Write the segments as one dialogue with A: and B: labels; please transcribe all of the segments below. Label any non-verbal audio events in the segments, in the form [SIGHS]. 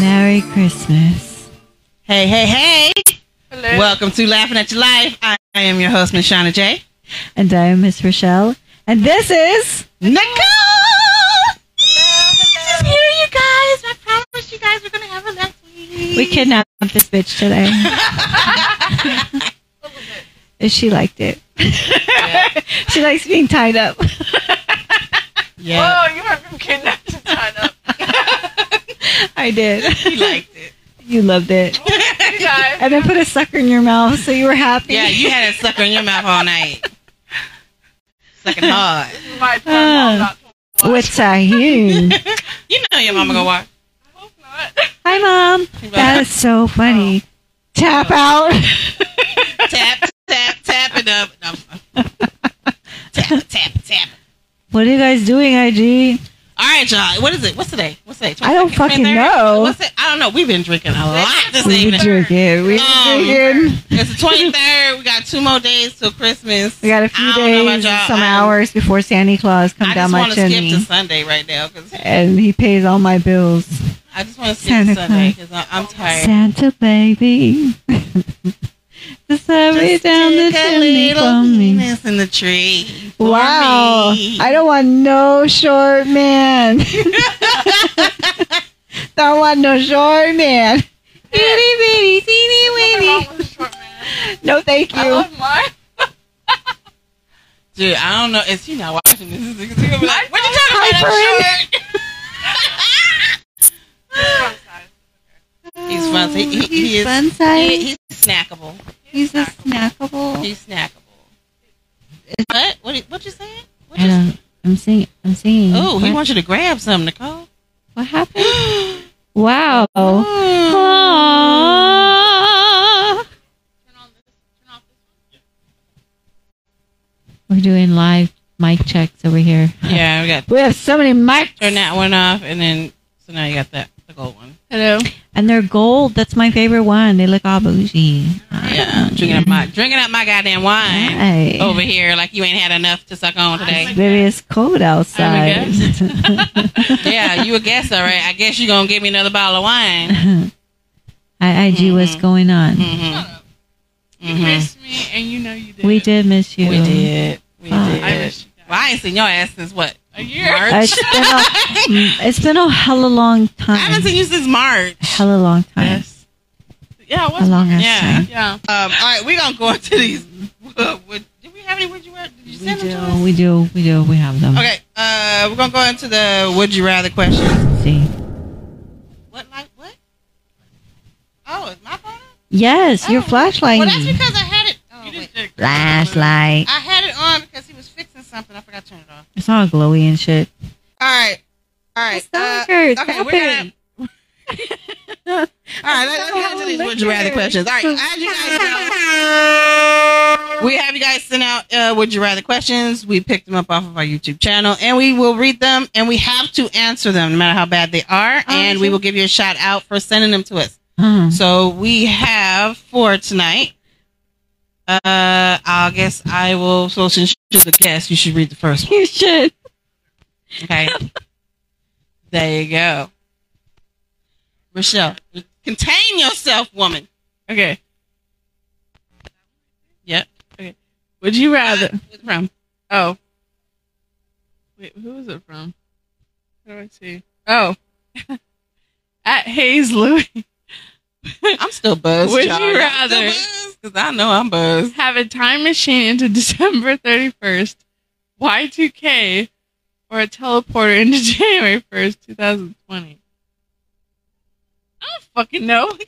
A: Merry Christmas.
B: Hey, hey, hey.
C: Hello.
B: Welcome to Laughing at Your Life. I, I am your host, Miss Shauna J.
A: And I am Miss Rochelle. And this is
B: Nicole!
C: Hello,
B: Just hear you guys. I promise you guys we're going to have a next week.
A: We kidnapped this bitch today. and [LAUGHS] she liked it. she likes being tied up.
B: Yeah,
C: Whoa, Oh, you went from kidnapped to tied up.
A: I did.
B: [LAUGHS] he liked it.
A: [LAUGHS] You loved it.
C: You [LAUGHS] guys.
A: And then put a sucker in your mouth so you were happy.
B: Yeah,
A: [LAUGHS]
B: you had a sucker in your mouth all night. Sucking hard.
C: My turn. I'm not to watch.
A: What's I [LAUGHS] hear?
B: You know your mama gonna watch.
C: I hope not.
A: Hi, Mom. Oh. That is so funny. Tap out.
B: tap, tap, tap it up. No, I'm- tap, tap, tap.
A: what are you guys doing, IG?
B: All right, y'all. What is it? What's today? What's today?
A: I don't
B: 22nd?
A: fucking
B: 23rd?
A: know.
B: What's it? I don't know. We've been drinking a lot this
A: We were
B: evening.
A: drinking. Oh, We
B: Um,
A: were drinking.
B: It's the twenty third. We got two more days till Christmas.
A: We got a few
B: I don't know about
A: days,
B: y'all.
A: some
B: I-
A: hours before Santa Claus comes
B: I
A: down
B: just
A: my
B: want to skip
A: chimney,
B: to Sunday right now because
A: and he pays all my bills.
B: I just want to skip
A: Santa
B: to Sunday
A: Claus.
B: because I'm tired.
A: Santa baby, [LAUGHS] just hurry
B: Just
A: down the
B: stick a
A: chimney
B: little
A: for me.
B: penis in the tree. for
A: Wow,
B: me.
A: I don't want no short man.
B: [LAUGHS]
A: [LAUGHS] don't want no short man. Itty bitty, teeny
C: Nothing
A: weeny.
C: wrong with a short man. [LAUGHS]
A: No, thank
C: I
A: you.
C: love mine.
B: Dude, I don't know. Is he not watching this? He's gonna be like, what you talking about? I'm
A: Hyper.
B: short.
C: It's fun size.
B: Oh, He's fun. He, he, he
A: he's
B: is.
A: fun
B: [LAUGHS] He,
A: size.
B: he's snackable.
A: He's a snackable.
B: He's snackable. What? What? you- What you saying? What
A: I
B: you,
A: don't. I'm singing. I'm singing.
B: oh, he
A: What-
B: wants you to grab something, Nicole.
A: What happened? [GASPS] wow. Aw.
C: Turn on this. Turn off this
A: We're doing live mic checks over here.
B: yeah, we got
A: We have so many mics.
B: turn that one off, and then so now you got that the gold one.
A: Hello. And they're gold. That's my favorite one. They look all bougie.
B: Yeah, I'm drinking Oh, up my drinking up my goddamn wine
A: Hey.
B: over here like you ain't had enough to suck on
A: It's
B: today.
A: very it's cold outside. [LAUGHS]
B: yeah, you a guest, all right? I guess you gonna give me another bottle of wine.
A: Hi, IG.
B: Mm-hmm.
A: What's going on?
B: hmm
C: one. You missed me, and you know you did.
A: We did miss you.
B: Mm-hmm. We did, we
A: Oh.
B: did.
C: I missed you
B: Well,
C: guys.
B: I ain't seen your ass since what
C: A year.
B: March.
A: It's been a, [LAUGHS] it's been a hella long
B: I
A: time.
B: haven't seen you since March.
A: hella long time.
B: Yes.
C: Yeah, it
A: A
C: was.
A: long ass
B: Yeah.
A: time.
C: Yeah.
B: Um, all right, we're gonna go into these. Would, would, did we have any? Would you rather? Did you
A: We
B: send them to us?
A: do. We do. We do. We have them.
B: Okay, uh, we're gonna go into the would you rather questions.
A: Let's see.
B: What like what? Oh, it's my phone.
A: Yes, your
B: Oh,
A: flashlight.
B: Well, that's because I had it. Oh,
C: You
B: wait.
C: just did.
A: flashlight.
B: I had it on because he was fixing something. I forgot to turn it off.
A: It's all glowy and shit.
B: All right, all
A: My
B: right.
A: stomach
B: uh,
A: hurts.
B: okay,
A: Stop
B: we're gonna.
A: [LAUGHS] it.
B: All right, let's get into these would you rather questions. All right, as you guys know, we have you guys send out uh, would you rather questions. We picked them up off of our YouTube channel, and we will read them, and we have to answer them, no matter how bad they are, and we will give you a shout out for sending them to us.
A: Huh.
B: So we have for tonight. Uh, I guess I will. So since you're the guest, you should read the first one.
A: You should.
B: [LAUGHS] Okay. there you go. Rochelle, contain yourself, woman.
C: Okay.
B: Yep.
C: Would you
B: Uh, where's it from?
C: Oh. Wait, who is it from? How do I see? Oh. [LAUGHS] At Hayes Louis.
B: I'm still buzzed.
C: Would
B: y'all.
C: you
B: I'm still
C: rather-
B: buzzed? Cause I know I'm buzzed.
C: Have a time machine into [LAUGHS] December 31st, Y2K, or a teleporter into [LAUGHS] January 1st, 2020. I don't fucking know. [LAUGHS] I don't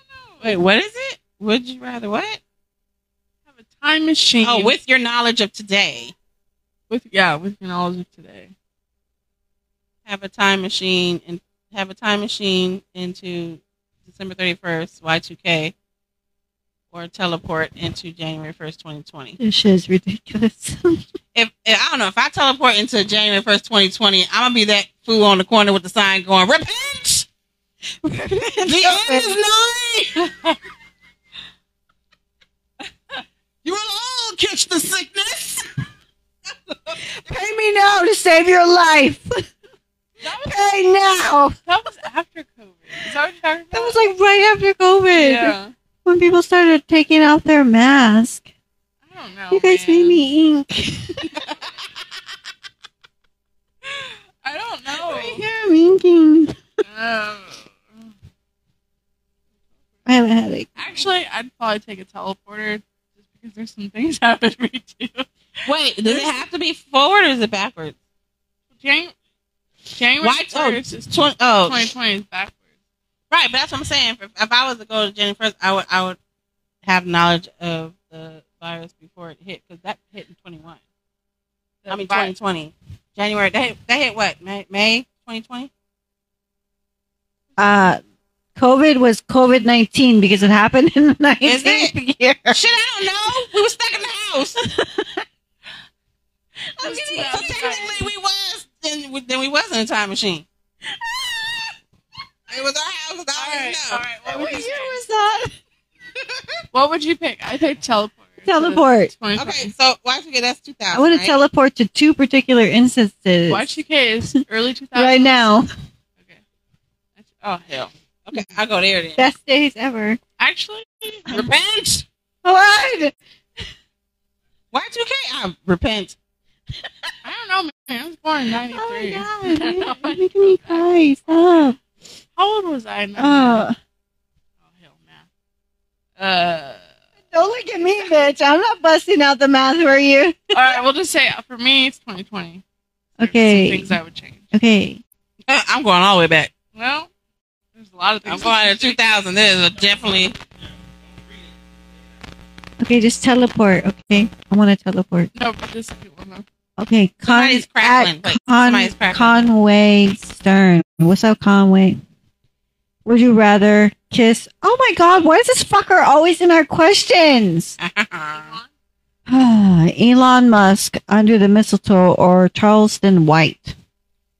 C: know.
B: Wait, what is it? Would you rather what?
C: Have a time machine.
B: Oh, with your knowledge of today,
C: with yeah, with your knowledge of today.
B: have a time machine and have a time machine into December 31st, Y2K, or teleport into January 1st, 2020.
A: This shit is
B: [LAUGHS]
A: ridiculous.
B: if, if I don't know if I teleport into January first, twenty twenty, I'm gonna be that fool on the corner with the sign going [LAUGHS] repent. the end is nigh. [LAUGHS] you will all catch the sickness.
A: Pay me now to save your life.
C: That was,
A: Hey, now.
C: that was after COVID. Is that what you're talking about?
A: That was like right after COVID
C: Yeah.
A: when people started taking off their mask.
C: I don't know.
B: Oh,
A: you guys
C: man.
A: made me ink.
C: I don't
A: Right
C: know.
A: here, I'm inking.
C: Um,
A: I have a headache.
C: actually, I'd probably take a teleporter just because there's some things [LAUGHS] happening to me too.
B: Wait, does it have to be forward or is it backwards?
C: Jan- January
B: Why? Oh,
C: 1st,
B: it's 20, oh,
C: 2020 is backwards.
B: right. But that's what I'm saying. If, if I was to go to January first, I would I would have knowledge of the virus before it hit because that hit in 21. I mean
C: The vi-
B: 2020, January. That hit, that hit what? May, May 2020.
A: Uh, COVID was COVID 19 because it happened in the
B: Is
A: 19th [LAUGHS] year.
B: Shit, I don't know. We were stuck in the house.
C: That's
B: Okay,
C: what I'm
B: so
C: saying.
B: technically we was then we, then we was in a time machine. it was our house. without
C: All right,
B: us, no.
C: all right. What would,
A: What year
C: you,
A: was that?
C: what would you pick? I pick teleport.
A: Teleport.
B: Okay,
C: Okay.
B: so why should get that's two thousand?
A: I want
B: right?
A: to teleport to two particular instances
C: Y2K is early 2000s.
A: right now.
C: Okay. That's- Oh, hell.
B: Okay, I'll go there then.
A: [LAUGHS] Best days ever. Oh,
C: Actually,
B: repent.
A: What?
B: Why two K? I repent.
C: I don't know, man. I was born in
A: Oh my
C: 93.
A: god,
C: I
A: you're
C: know, I
A: making me cry. Stop.
C: How old was I? In
A: Oh,
C: oh, hell, man. Uh,
A: don't look at me, bitch. I'm not busting out the math for you.
C: all right, we'll just say uh, for me, it's 2020. There's
A: Okay.
C: Some things I would change.
A: Okay.
B: Uh, I'm going all the way back.
C: Well, there's a lot of
A: [LAUGHS]
B: I'm
C: things.
B: going to two thousand. This is definitely
A: Okay, just teleport. Okay, I want to teleport.
C: No, but this is the one, though.
A: Okay, Con-
B: Somebody's
A: at
B: crackling. Wait,
A: Con-
B: somebody's crackling.
A: Conway Stern. What's up, Conway? Would you rather kiss? Oh my God, why is this fucker always in our questions? [SIGHS] Elon Musk under the mistletoe or Charleston White?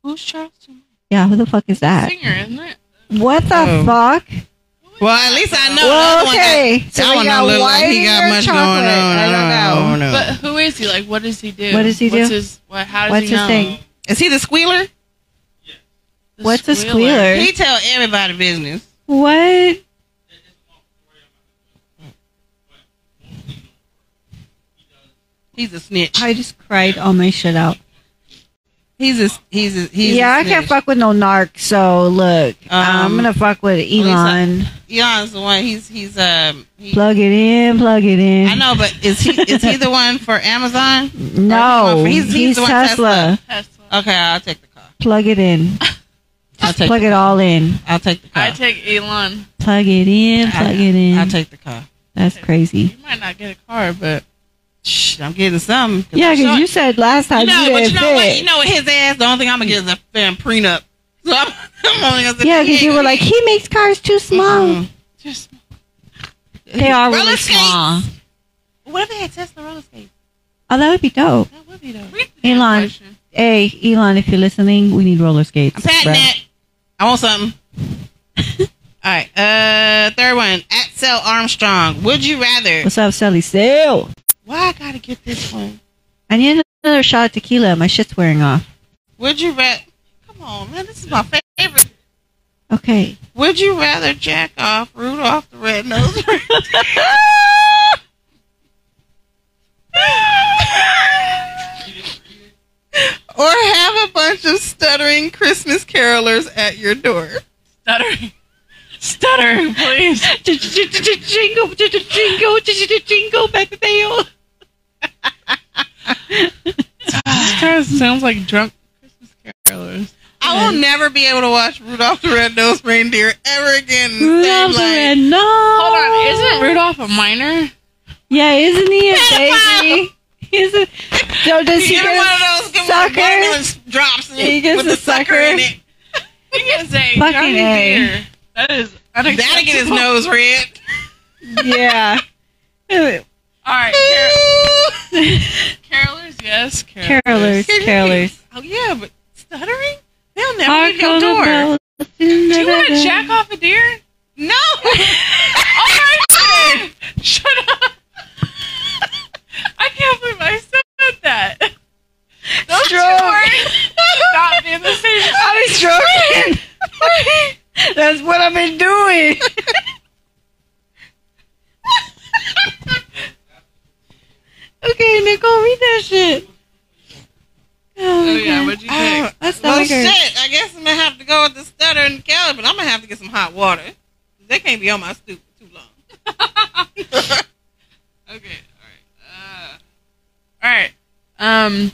B: Who's Charleston?
A: Yeah, who the fuck is that?
C: Singer, isn't it?
A: What the
B: Oh.
A: fuck?
C: Who
B: [LAUGHS]
C: is
B: Well,
C: that,
B: at least I
C: though?
B: know. that one
A: okay, so we got white or chocolate. I don't know.
C: But who is he? Like, what does he do?
A: What does he
C: What's
A: do?
C: His, what, how does
A: What's
C: he
A: his
C: know?
A: thing?
B: Is he the squealer?
C: The
A: What's a squealer?
B: He tell everybody business.
A: What?
B: He's a snitch.
A: I just cried all my shit out.
B: He's a he's a he's
A: yeah,
B: I
A: I can't fuck with no narc. So look, I'm
B: Um,
A: gonna fuck with
B: least I-
A: Elon.
B: Elon's the one. He's he's um. He,
A: Plug it in, plug it in.
B: I know, but is he is
A: [LAUGHS]
B: he the one for Amazon?
A: No,
B: Or he's-
A: he's,
B: he's the one
A: Tesla.
B: Tesla.
C: Tesla.
B: Okay, I'll take the car.
A: Plug it in.
B: I'll
A: Just
B: [LAUGHS] take
A: plug it all in.
B: I'll take the car.
C: I take Elon.
A: Plug it in,
B: I-
A: plug it in.
B: I'll take the car.
A: That's crazy.
C: You might not get a car, but
B: Shh, I'm getting some.
A: Yeah, because you said last time
B: You know,
A: you
B: but you
A: didn't
B: know what?
A: fit.
B: You know what? His ass. The only thing I'm gonna get is a damn prenup. [LAUGHS] So I'm, I'm only gonna Mm-hmm. say,
A: yeah, because you were like, he makes cars too small.
B: Mm-mm.
C: just
A: They are
B: Roller
A: really
B: skates.
A: small.
B: What if they had Tesla roller skates?
A: Oh, that would be dope.
C: that would be though.
A: Elon. Hey, Elon, if you're listening, we need roller skates.
B: I'm patenting
A: bro.
B: that. I want something. [LAUGHS] All right. Uh, third one. Axel Armstrong. Would you rather?
A: What's up, Sally? Sale.
B: Why I gotta get this one?
A: I need another shot of tequila. My shit's wearing off.
B: Would you rather? Come on, man. This is my favorite.
A: Okay.
B: Would you rather jack off Rudolph the Red Nosed Reindeer? or have a bunch of stuttering Christmas carolers at your door?
C: Stuttering. Stuttering, please.
A: [LAUGHS] jingle, jingle, jingle, back the tail.
C: this kind of sounds like drunk Christmas carolers.
B: I
A: Mm.
B: will never be able to watch Rudolph the Red Nosed Reindeer ever again. in the
A: Rudolph the
B: same light.
A: red nose.
C: Hold on, isn't Rudolph a minor?
A: Yeah, isn't he a
B: Pedophile.
A: baby? He's a. So does he
B: You get
A: get
B: one of those good
A: sucker.
B: ambulance drops and-
A: He gets
B: with
A: a
B: the sucker in
A: sucker.
B: it.
C: Because a
A: Fucking
C: Johnny
A: A.
C: Deere. That is unacceptable.
B: That'll get his nose red.
C: [LAUGHS]
A: yeah.
C: All right,
A: [LAUGHS]
C: car- carolers, yes, carolers.
A: Carolers, carolers.
B: Oh yeah, but stuttering? They'll never
A: Hark
B: leave your
A: on the
B: door.
A: bells
C: Do you want to jack off a deer? [LAUGHS]
B: No.
C: All right, fine. shut up. I can't believe I said that. Those two
A: Stroke.
C: words should not be in the same.
A: I was [LAUGHS]
C: That's what I've been [LAUGHS] doing. okay, Nicole, read that shit. Oh, Oh, yeah, man.
A: what
C: what'd you
A: oh,
C: pick?
A: that's
B: Well,
A: not good.
B: shit. I guess I'm gonna have to go with the stutter and the Kelly, but I'm gonna have to get some hot water. They can't be on my stoop for too long.
C: Okay, alright. Uh, alright. Um,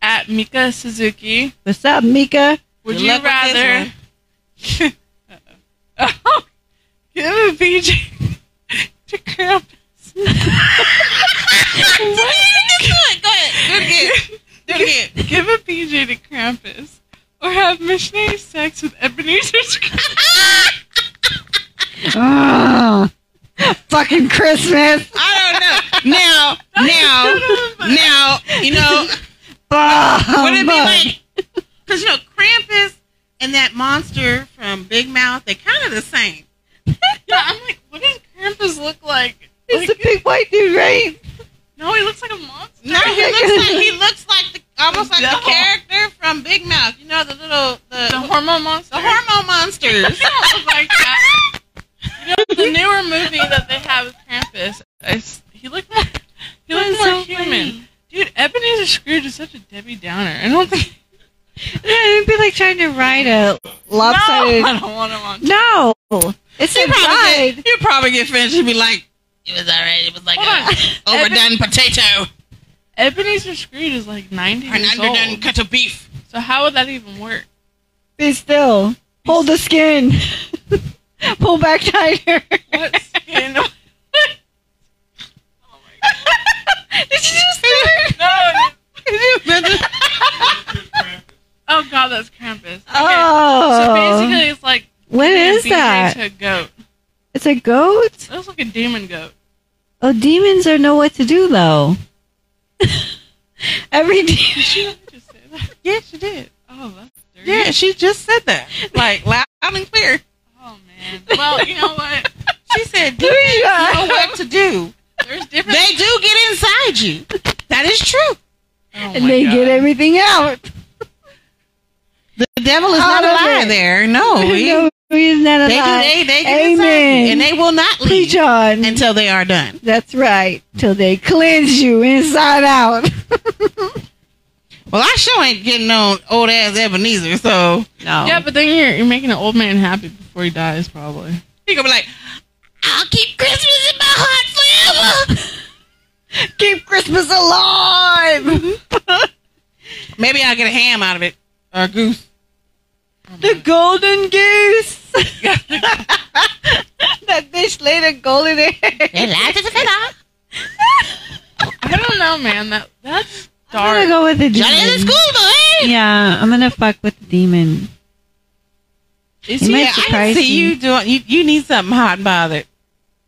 C: at Mika Suzuki,
A: What's up, Mika?
C: would
B: Good
C: you
B: luck with
C: rather.
B: this
C: [LAUGHS] oh, give a BJ [LAUGHS] to Krampus.
B: Go ahead, go ahead. Do it again. Do it again.
C: Give a BJ to Krampus or have missionary sex with Ebenezer Scrooge.
A: [LAUGHS] Oh, fucking Christmas.
B: I don't know. Now, now, now, you know, [LAUGHS]
A: Oh,
B: would it be like, because, you know, Krampus and that monster from Big Mouth, they're kind of the same.
C: Yeah, I'm like, what does Krampus look like?
A: it's
C: Like,
A: a big white dude, right?
C: no, he looks like a monster.
B: No, he looks like, he looks like the, almost like
C: No.
B: the character from Big Mouth. You know, the little, the,
C: the hormone monster.
B: the hormone monsters. [LAUGHS]
C: He don't look [LAUGHS] like that. You know, the newer movie that they have with Krampus, I s he looked more, he looked
A: That's
C: more
A: so
C: human.
A: funny.
C: Dude, Ebenezer Scrooge is such a Debbie Downer. I don't think.
A: It'd be like trying to ride a
C: [LAUGHS] No,
A: lopsided.
C: I don't want him on.
A: No, it's
B: You probably,
A: inside.
B: get, you probably get finished and be like, it was alright. It was
A: Oh
B: like
C: Hold
B: a overdone potato
C: Ebenezer Scrooge is like 90
B: or an
C: years
B: underdone
C: old.
B: cut of beef.
C: So how would that even work?
A: Be still. Hold the skin. [LAUGHS] Pull back tighter. [LAUGHS]
C: What skin? no,
A: Did you just [LAUGHS] say
C: no.
A: [LAUGHS] that?
C: Oh god, that's Krampus. Okay. So
A: Oh.
C: basically, it's like
A: what
C: giving a
A: is
C: BJ
A: that?
C: To a goat.
A: It's a goat?
C: It looks like a demon goat. [LAUGHS]
A: Oh, demons don't know what to do, though. [LAUGHS] Every
C: Did
A: de-
C: she really just say that?
B: Yeah, she did.
C: Oh, that's dirty.
B: Yeah, she just said that. Like loud and clear.
C: Oh man. Well, you know what?
B: She said,
A: Look
B: "Do [LAUGHS]
A: at
B: you know
A: that.
B: what to do?
C: There's different.
B: They do get inside you. That is true.
C: oh,
A: and
C: my
A: they
C: God.
A: get everything out.
B: The devil is
A: Out
B: not a
A: of
B: lie
A: it.
B: there. [LAUGHS] No,
A: [LAUGHS]
B: he,
A: no reason that
B: Oh, they do.
A: alive.
B: They, they get
A: Amen.
B: inside you, and they will not leave
A: Preach on.
B: until they are done.
A: That's right. Till they cleanse you inside out. [LAUGHS]
B: Well, I sure ain't getting on old ass Ebenezer, so no.
C: Yeah, but then you're you're making an old man happy before he dies, probably. [LAUGHS]
B: He gonna be like, I'll keep Christmas in my heart forever.
A: Keep Christmas alive.
B: Mm-hmm. Maybe I'll get a ham out of it or a goose.
A: [LAUGHS] the golden
B: [LAUGHS]
A: goose. that bitch laid a golden egg.
B: [LAUGHS]
C: I don't know, man. That that's
A: I'm gonna
C: dark.
A: go with the
B: Johnny
A: demon.
B: in the school, boy.
A: Yeah, I'm gonna fuck with the demon.
C: Is
A: You
C: he?
A: might
B: Yeah, I can
A: surprise
B: see
A: me.
B: you doing. You, you need something hot and bothered.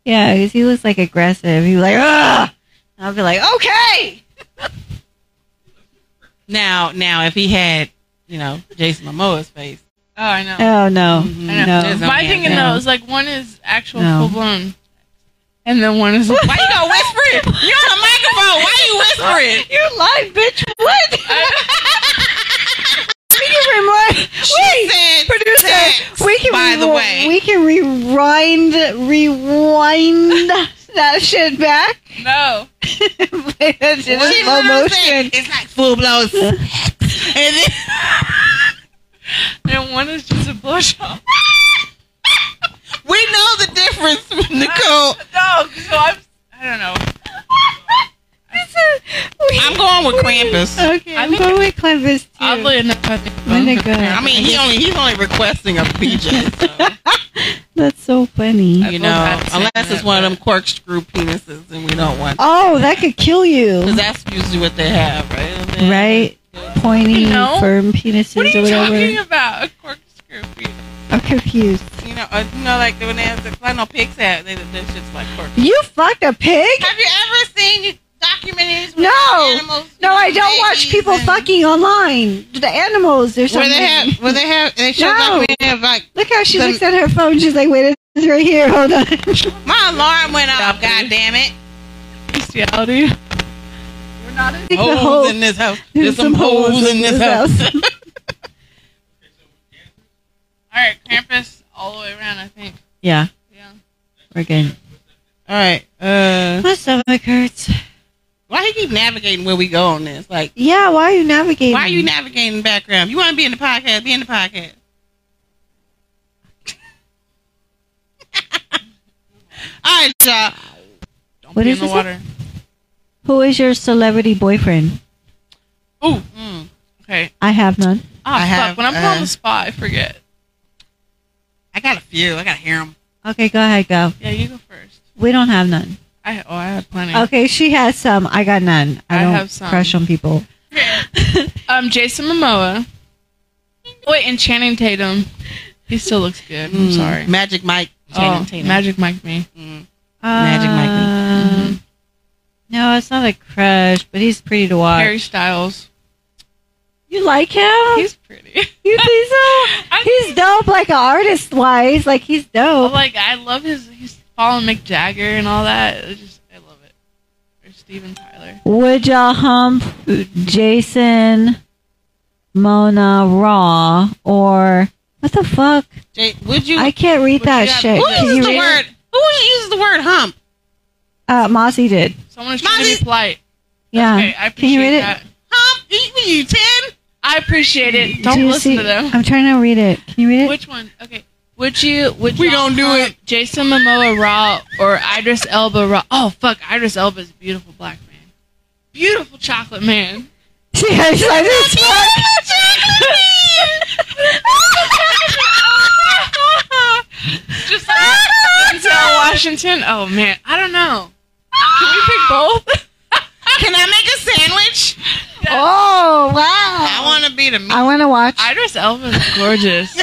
A: Yeah, because he looks like aggressive. He's like, ah. I'll be like, okay.
B: Now, now, if he had, you know, Jason Momoa's face,
C: Oh, I know.
A: Oh no,
B: Mhm.
C: I
A: no.
C: know.
B: There's no
C: My
B: hand
C: thing
A: there.
C: though is like one is actual
A: No.
C: full blown, and then one is.
A: [LAUGHS]
C: [LAUGHS]
B: why you gonna whisper it? You're on the microphone. Why you whispering?
A: You're lying, bitch.
B: [LAUGHS]
A: What? [LAUGHS] we can rewind.
B: She said,
A: Producer,
B: sex,
A: we can.
B: by the
A: rewi-
B: way.
A: we can rewind, rewind that shit back. [LAUGHS]
C: No.
A: Play that shit in
B: She
A: slow
B: literally said,
A: motion.
B: [LAUGHS] it's like full blown sex. And then, [LAUGHS]
C: And one is just a blowjob.
B: we know the difference, Nicole.
C: No, so I'm. I don't know.
B: I'm going with Krampus.
A: Okay,
C: I
A: I'm
C: think-
A: going with Clevis too.
C: Oddly enough, I think.
A: I'm gonna go.
B: I
A: [LAUGHS]
B: mean, he only he's only requesting a PJ. So.
A: That's so funny.
C: I
B: you
C: feel
B: know,
C: bad saying
B: unless it's
C: that,
B: one of them
C: but-
B: corkscrew penises, and we don't want.
A: Oh, that could kill you.
B: Because that's usually what they have, right? And then-
A: Right? Pointy,
C: You know?
A: firm penises
C: What are
A: or
C: you
A: whatever.
C: talking about? A corkscrew. penis.
A: I'm confused.
B: You know, uh, you know, like when they have the I know pigs have, they, they're just like corkscrew.
A: You fucked a pig?
B: Have you ever seen documentaries?
A: with No.
B: animals,
A: No, I don't watch people fucking online. The animals or
B: Where
A: something.
B: they have, where they have, they show
A: No.
B: documentaries of, like
A: Look how she
B: The-
A: looks at her phone. She's like, wait, it's right here. Hold on. [LAUGHS]
B: my alarm went off.
C: Stop it.
B: God damn it!
C: Bestiality. We're not in.
A: Take the whole-
B: Holes in this house. There's some holes [LAUGHS] in this house.
C: All right, Krampus all the way way around, I think.
A: Yeah,
C: Yeah.
A: we're good.
B: All right. Uh,
A: My stomach hurts.
B: why you keep navigating where we go on this? Like,
A: Yeah, why are you navigating?
B: why are you navigating background? You want to be in the podcast? Be in the podcast. [LAUGHS] All right, y'all.
C: Don't
A: What
C: pee
A: is
C: in the
A: this?
C: water.
A: Who is your celebrity boyfriend?
C: Ooh,
B: Mm.
C: okay.
A: I have none.
C: Oh,
B: I
C: fuck.
B: have,
C: when I'm put
B: uh,
C: on the spot, I forget.
B: I got a few. I got to hear them.
A: Okay, go ahead, go.
C: Yeah, you go first.
A: We don't have none.
C: I oh, I had plenty.
A: Okay, she has some. I got none. I
C: I
A: don't
C: have some.
A: crush on people.
C: Um, Jason Momoa. Oh, Wait, and Channing Tatum. He still looks good. I'm
B: Mm.
C: sorry.
B: Magic Mike.
C: oh,
B: Channing Tatum.
C: Magic Mike me.
B: Mm.
A: Magic
B: Magic Mike.
A: No, it's not a crush, but he's pretty to watch.
C: Harry Styles.
A: You like him?
C: He's pretty.
A: you think so?
C: I,
A: He's dope, like an artist wise. Like he's dope.
C: like I love his. He's following Mick Jagger and all that. It's just I love it. Or Steven Tyler.
A: Would y'all hump Jason, Mona Raw, or what the fuck?
B: Jay, would you?
A: I can't read
C: Would
A: that
C: you have-
A: shit.
B: who
C: can
B: uses
A: you
B: the
A: read it?
B: word? Who uses the word hump?
A: Uh, Mossy did.
C: Someone who's trying to
B: Mommy-
C: be polite.
A: Yeah.
C: Okay, I appreciate
A: Can you read it?
C: that.
B: Hump? You, what you ten?
C: I appreciate it. Don't
A: Do you
C: listen
A: see-
C: to them.
A: I'm trying to read it. Can you read it? [LAUGHS]
C: Which one? Okay. Would you? Would
B: We
C: y'all
B: gonna do
C: hump
B: it.
C: Jason Momoa Raw or Idris Elba Raw? Oh fuck, Idris Elba's a beautiful black man, beautiful chocolate man.
A: she has like this one. [LAUGHS]
C: Just like Denzel Washington. Oh man, I don't know. Can we pick
A: [LAUGHS]
C: both?
B: Can I make a sandwich?
A: Oh wow!
B: I want to be the meat. [LAUGHS]
A: I want to watch.
C: Idris Elba's gorgeous.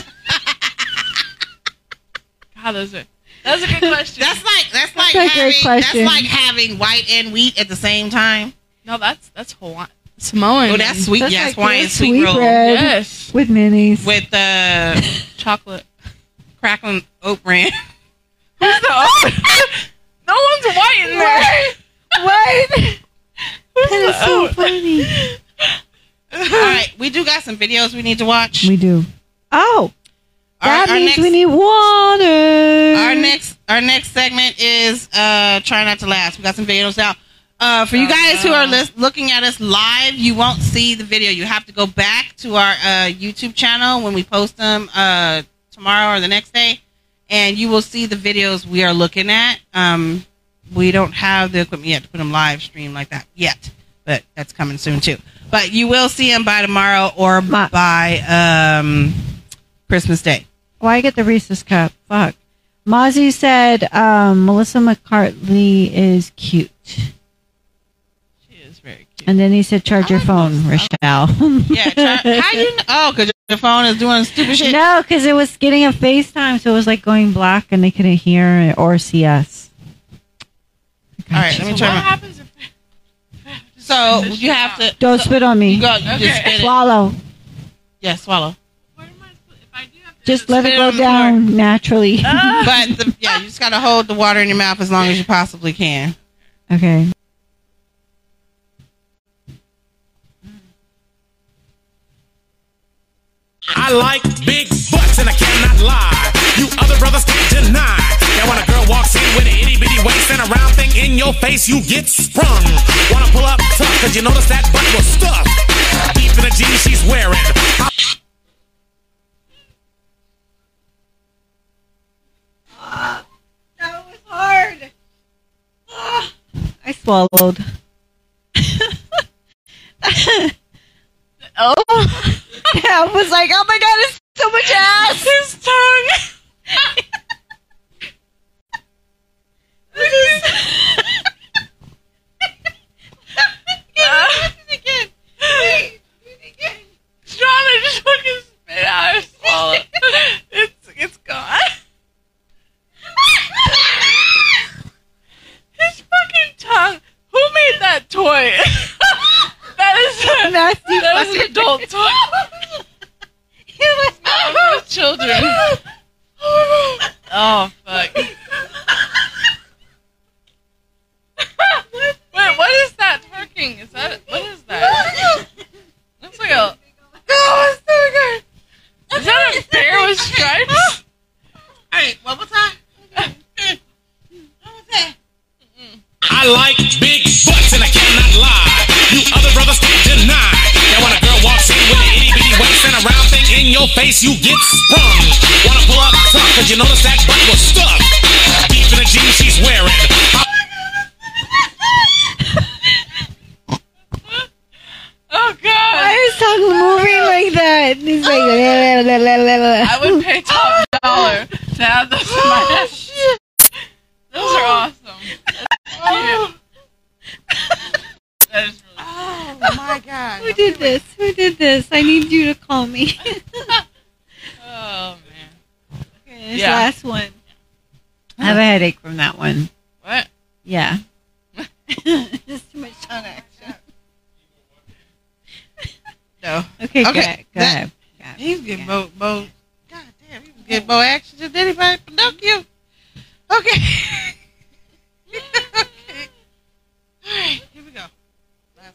C: God, those are that's a good question.
B: That's like that's, like
A: a great
B: having
A: question.
B: that's like having white and wheat at the same time.
C: no, that's that's Hawaiian Samoan.
B: Oh, that's sweet.
A: Mm. That's
B: yes,
A: like
B: Hawaiian
A: good
B: sweet,
A: sweet
B: roll
A: bread.
C: Yes,
A: with minis.
B: with uh,
C: chocolate.
B: crackling oat bran. [LAUGHS]
C: Who's the No one's white in
B: [LAUGHS]
C: there.
A: what? Oh.
C: Who's
A: That is
C: the
A: so
C: oat?
A: funny.
B: All right, we do got some videos we need to watch.
A: We do. Oh,
B: All right,
A: that means
B: next,
A: we need water.
C: Mm-hmm.
B: our next our next segment is uh, try not to last. We got some videos now. Uh, for you
C: Oh,
B: guys who
C: no.
B: are lis- looking at us live, you won't see the video. You have to go back to our uh, YouTube channel when we post them uh, tomorrow or the next day, and you will see the videos we are looking at. Um, we don't have the equipment yet to put them live stream like that yet, but that's coming soon too. But you will see them by tomorrow or
A: Ma-
B: by um, Christmas Day.
A: Why I get the Reese's cup? Fuck. Mozzie said um, Melissa McCartney is cute,
C: She is very cute.
A: and then he said, "Charge your
B: I like
A: phone,
B: Melissa.
A: Rochelle."
B: [LAUGHS]
A: [LAUGHS]
B: Yeah, try, how you know? Oh, because your phone is doing stupid shit.
A: No, because it was getting a FaceTime, so it was like going black, and they couldn't hear it or see us.
B: All right, let me
C: So
B: try
C: what
B: my.
C: happens if
B: So you have to.
A: Don't spit on me.
B: You go. You just
C: Okay.
B: spit it.
A: Swallow.
B: Yeah, swallow.
C: Where am I supposed- if I do have to
A: Just let it
B: spit
A: go
B: on the
A: down naturally.
C: Ah.
B: But the, yeah, you just gotta hold the water in your mouth as long as you possibly can.
A: [LAUGHS] okay.
D: I like big butts and I cannot lie. You other brothers can't deny that when a girl walks in with an itty bitty waist and a round thing in your face, you get sprung. Wanna pull up tough cause you notice that butt was stuffed. Deep in the jeans she's wearing. I-
A: That was hard. I swallowed.
C: Oh,
A: I was like, oh my god, it's so much ass. His tongue. this is.
C: John, I just fucking spit out. I swallowed. it's it's gone. His fucking tongue. Who made that toy? that is a,
A: Nasty
C: that was an adult toy. Not for children. Oh fuck. Wait, what is that twerking? Is that what is that? Looks like a. No, it's so good. Is that a bear with stripes?
B: Hey, one more time. One more time.
D: I like big butts and I cannot lie. You other brothers can't deny. Now when a girl walks in with an itty bitty waist and a round thing in your face, you get sprung. Wanna pull up tough, cause you notice that butt was stuck. Deep in the jeans she's wearing. Hop
C: [LAUGHS] Oh
A: Why
C: god.
A: is tongue moving like that? He's like, la, la, la, la, la, la.
C: I would pay top dollar to have those in my [LAUGHS] Those are awesome. Oh, That's cute. that is really
B: Oh my
A: [LAUGHS]
B: god.
A: Who did this? Who did this? I need you to call me. [LAUGHS]
C: Oh man.
A: okay, this
C: Yeah.
A: last one. I have a headache from that one.
C: What?
A: [LAUGHS] Yeah. It's too much tongue action.
B: No.
A: Okay,
B: Okay,
A: go ahead. Go
B: that-
A: ahead. Go ahead.
B: He's getting Bo, Bo. God damn, he was getting Bo action just anybody. Pinocchio. Okay. okay. All right, here we go. Last one.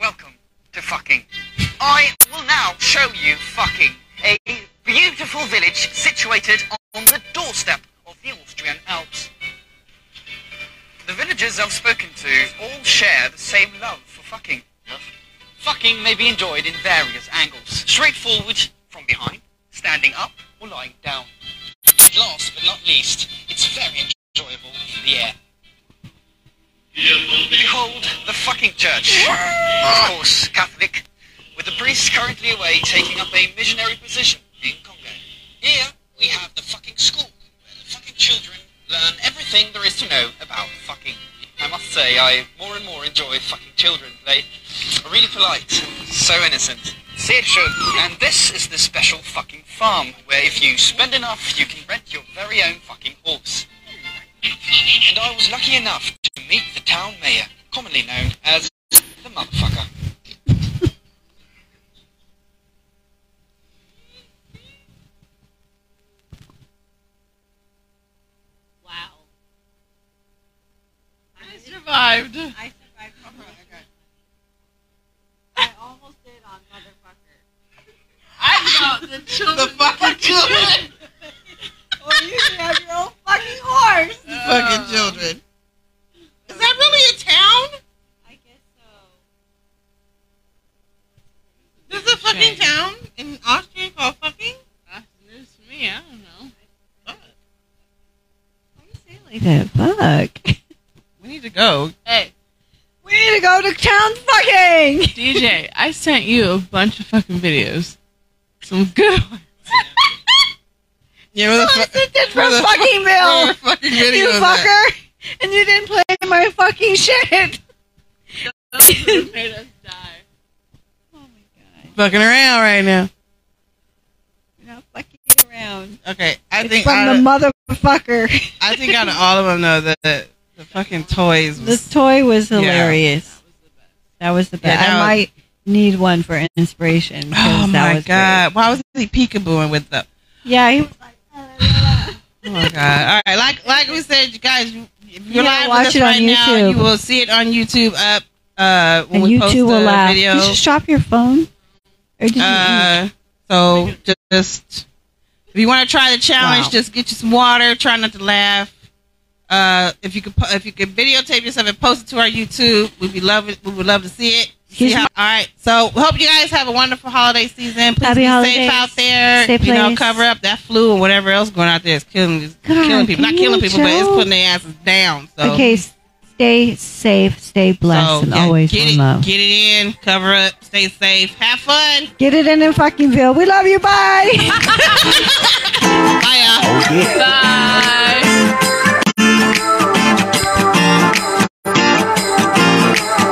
E: Welcome to fucking. I will now show you fucking a beautiful village situated on the doorstep of the Austrian Alps. The villagers I've spoken to all share the same love for fucking. Fucking may be enjoyed in various angles. Straightforward, from behind, standing up, or lying down. And last but not least, it's very enjoyable in the air. Behold the fucking church. Of course, Catholic, with the priest currently away taking up a missionary position in Congo. Here we have the fucking school, where the fucking children learn everything there is to know about fucking. I must say, I more and more enjoy fucking children. They are really polite, so innocent. See, it should. And this is the special fucking farm, where if you spend enough, you can rent your very own fucking horse and I was lucky enough to meet the town mayor, commonly known as the motherfucker.
B: Wow.
C: I survived.
B: I survived. I almost did on motherfucker.
C: I know the children.
B: The fucking [LAUGHS] children.
A: Well, you should have your own fucking horse.
B: The fucking children. Is that really a town?
A: I guess so.
B: There's a fucking town in Austria called fucking?
C: That's news to me. I don't know.
A: Why do you say it like that? Fuck.
B: We need to go.
C: Hey,
A: We need to go to town [LAUGHS] fucking.
C: DJ, I sent you a bunch of fucking videos. Some good ones.
B: Yeah, where the, fu-
A: Solicited for
B: Brother.
A: fucking
B: where the
A: bill.
B: fucking
A: You
B: video is at?
A: fucker. And you didn't play my fucking shit.
B: [LAUGHS]
C: Those would've made us die.
A: Oh my god.
B: Fucking around right now.
A: You're not fucking around.
B: Okay, I
A: It's
B: think
A: from
B: out of,
A: the motherfucker.
B: I think out of all of them though, the the, the fucking toys
A: This
B: was
A: toy was
B: Yeah.
A: hilarious. That was the
B: Yeah,
A: best. I
B: that was-
A: might need one for inspiration. 'cause
B: Oh
A: that
B: my
A: was great.
B: god! Why was he peekabooing with the?
A: Yeah, he was like,
B: Oh my god! All right, like like we said, you guys, if
A: You
B: you're
A: gotta
B: live
A: watch
B: with us
A: it on
B: right now,
A: YouTube.
B: you will see it on YouTube up uh, when
A: and
B: we
A: you
B: post
A: two will
B: the
A: laugh.
B: video.
A: Did you drop your phone? Or did you? Mm-hmm.
B: Uh, so ju- just if you want to try the challenge,
A: Wow.
B: just get you some water. Try not to laugh. Uh, if you could, po- if you could videotape yourself and post it to our YouTube, we'd be love it. We would love to see it. See
A: Excuse
B: how, all right. So we hope you guys have a wonderful holiday season. Please
A: Happy
B: be
A: holidays.
B: safe out there.
A: Stay
B: you know,
A: place.
B: cover up that flu and whatever else going out there is killing is
A: God,
B: killing people. Not
A: can
B: killing
A: you
B: people, but it's
A: joke?
B: putting their asses down. So
A: okay, s- stay safe, stay blessed,
B: so,
A: and
B: yeah,
A: always
B: get
A: in
B: it,
A: love.
B: get it in, cover up, stay safe, have fun.
A: Get it in in fuckingville. We love you. Bye.
B: Bye. Y'all.
C: Bye.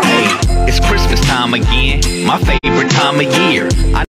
F: Hey, it's Christmas time again, my favorite time of year.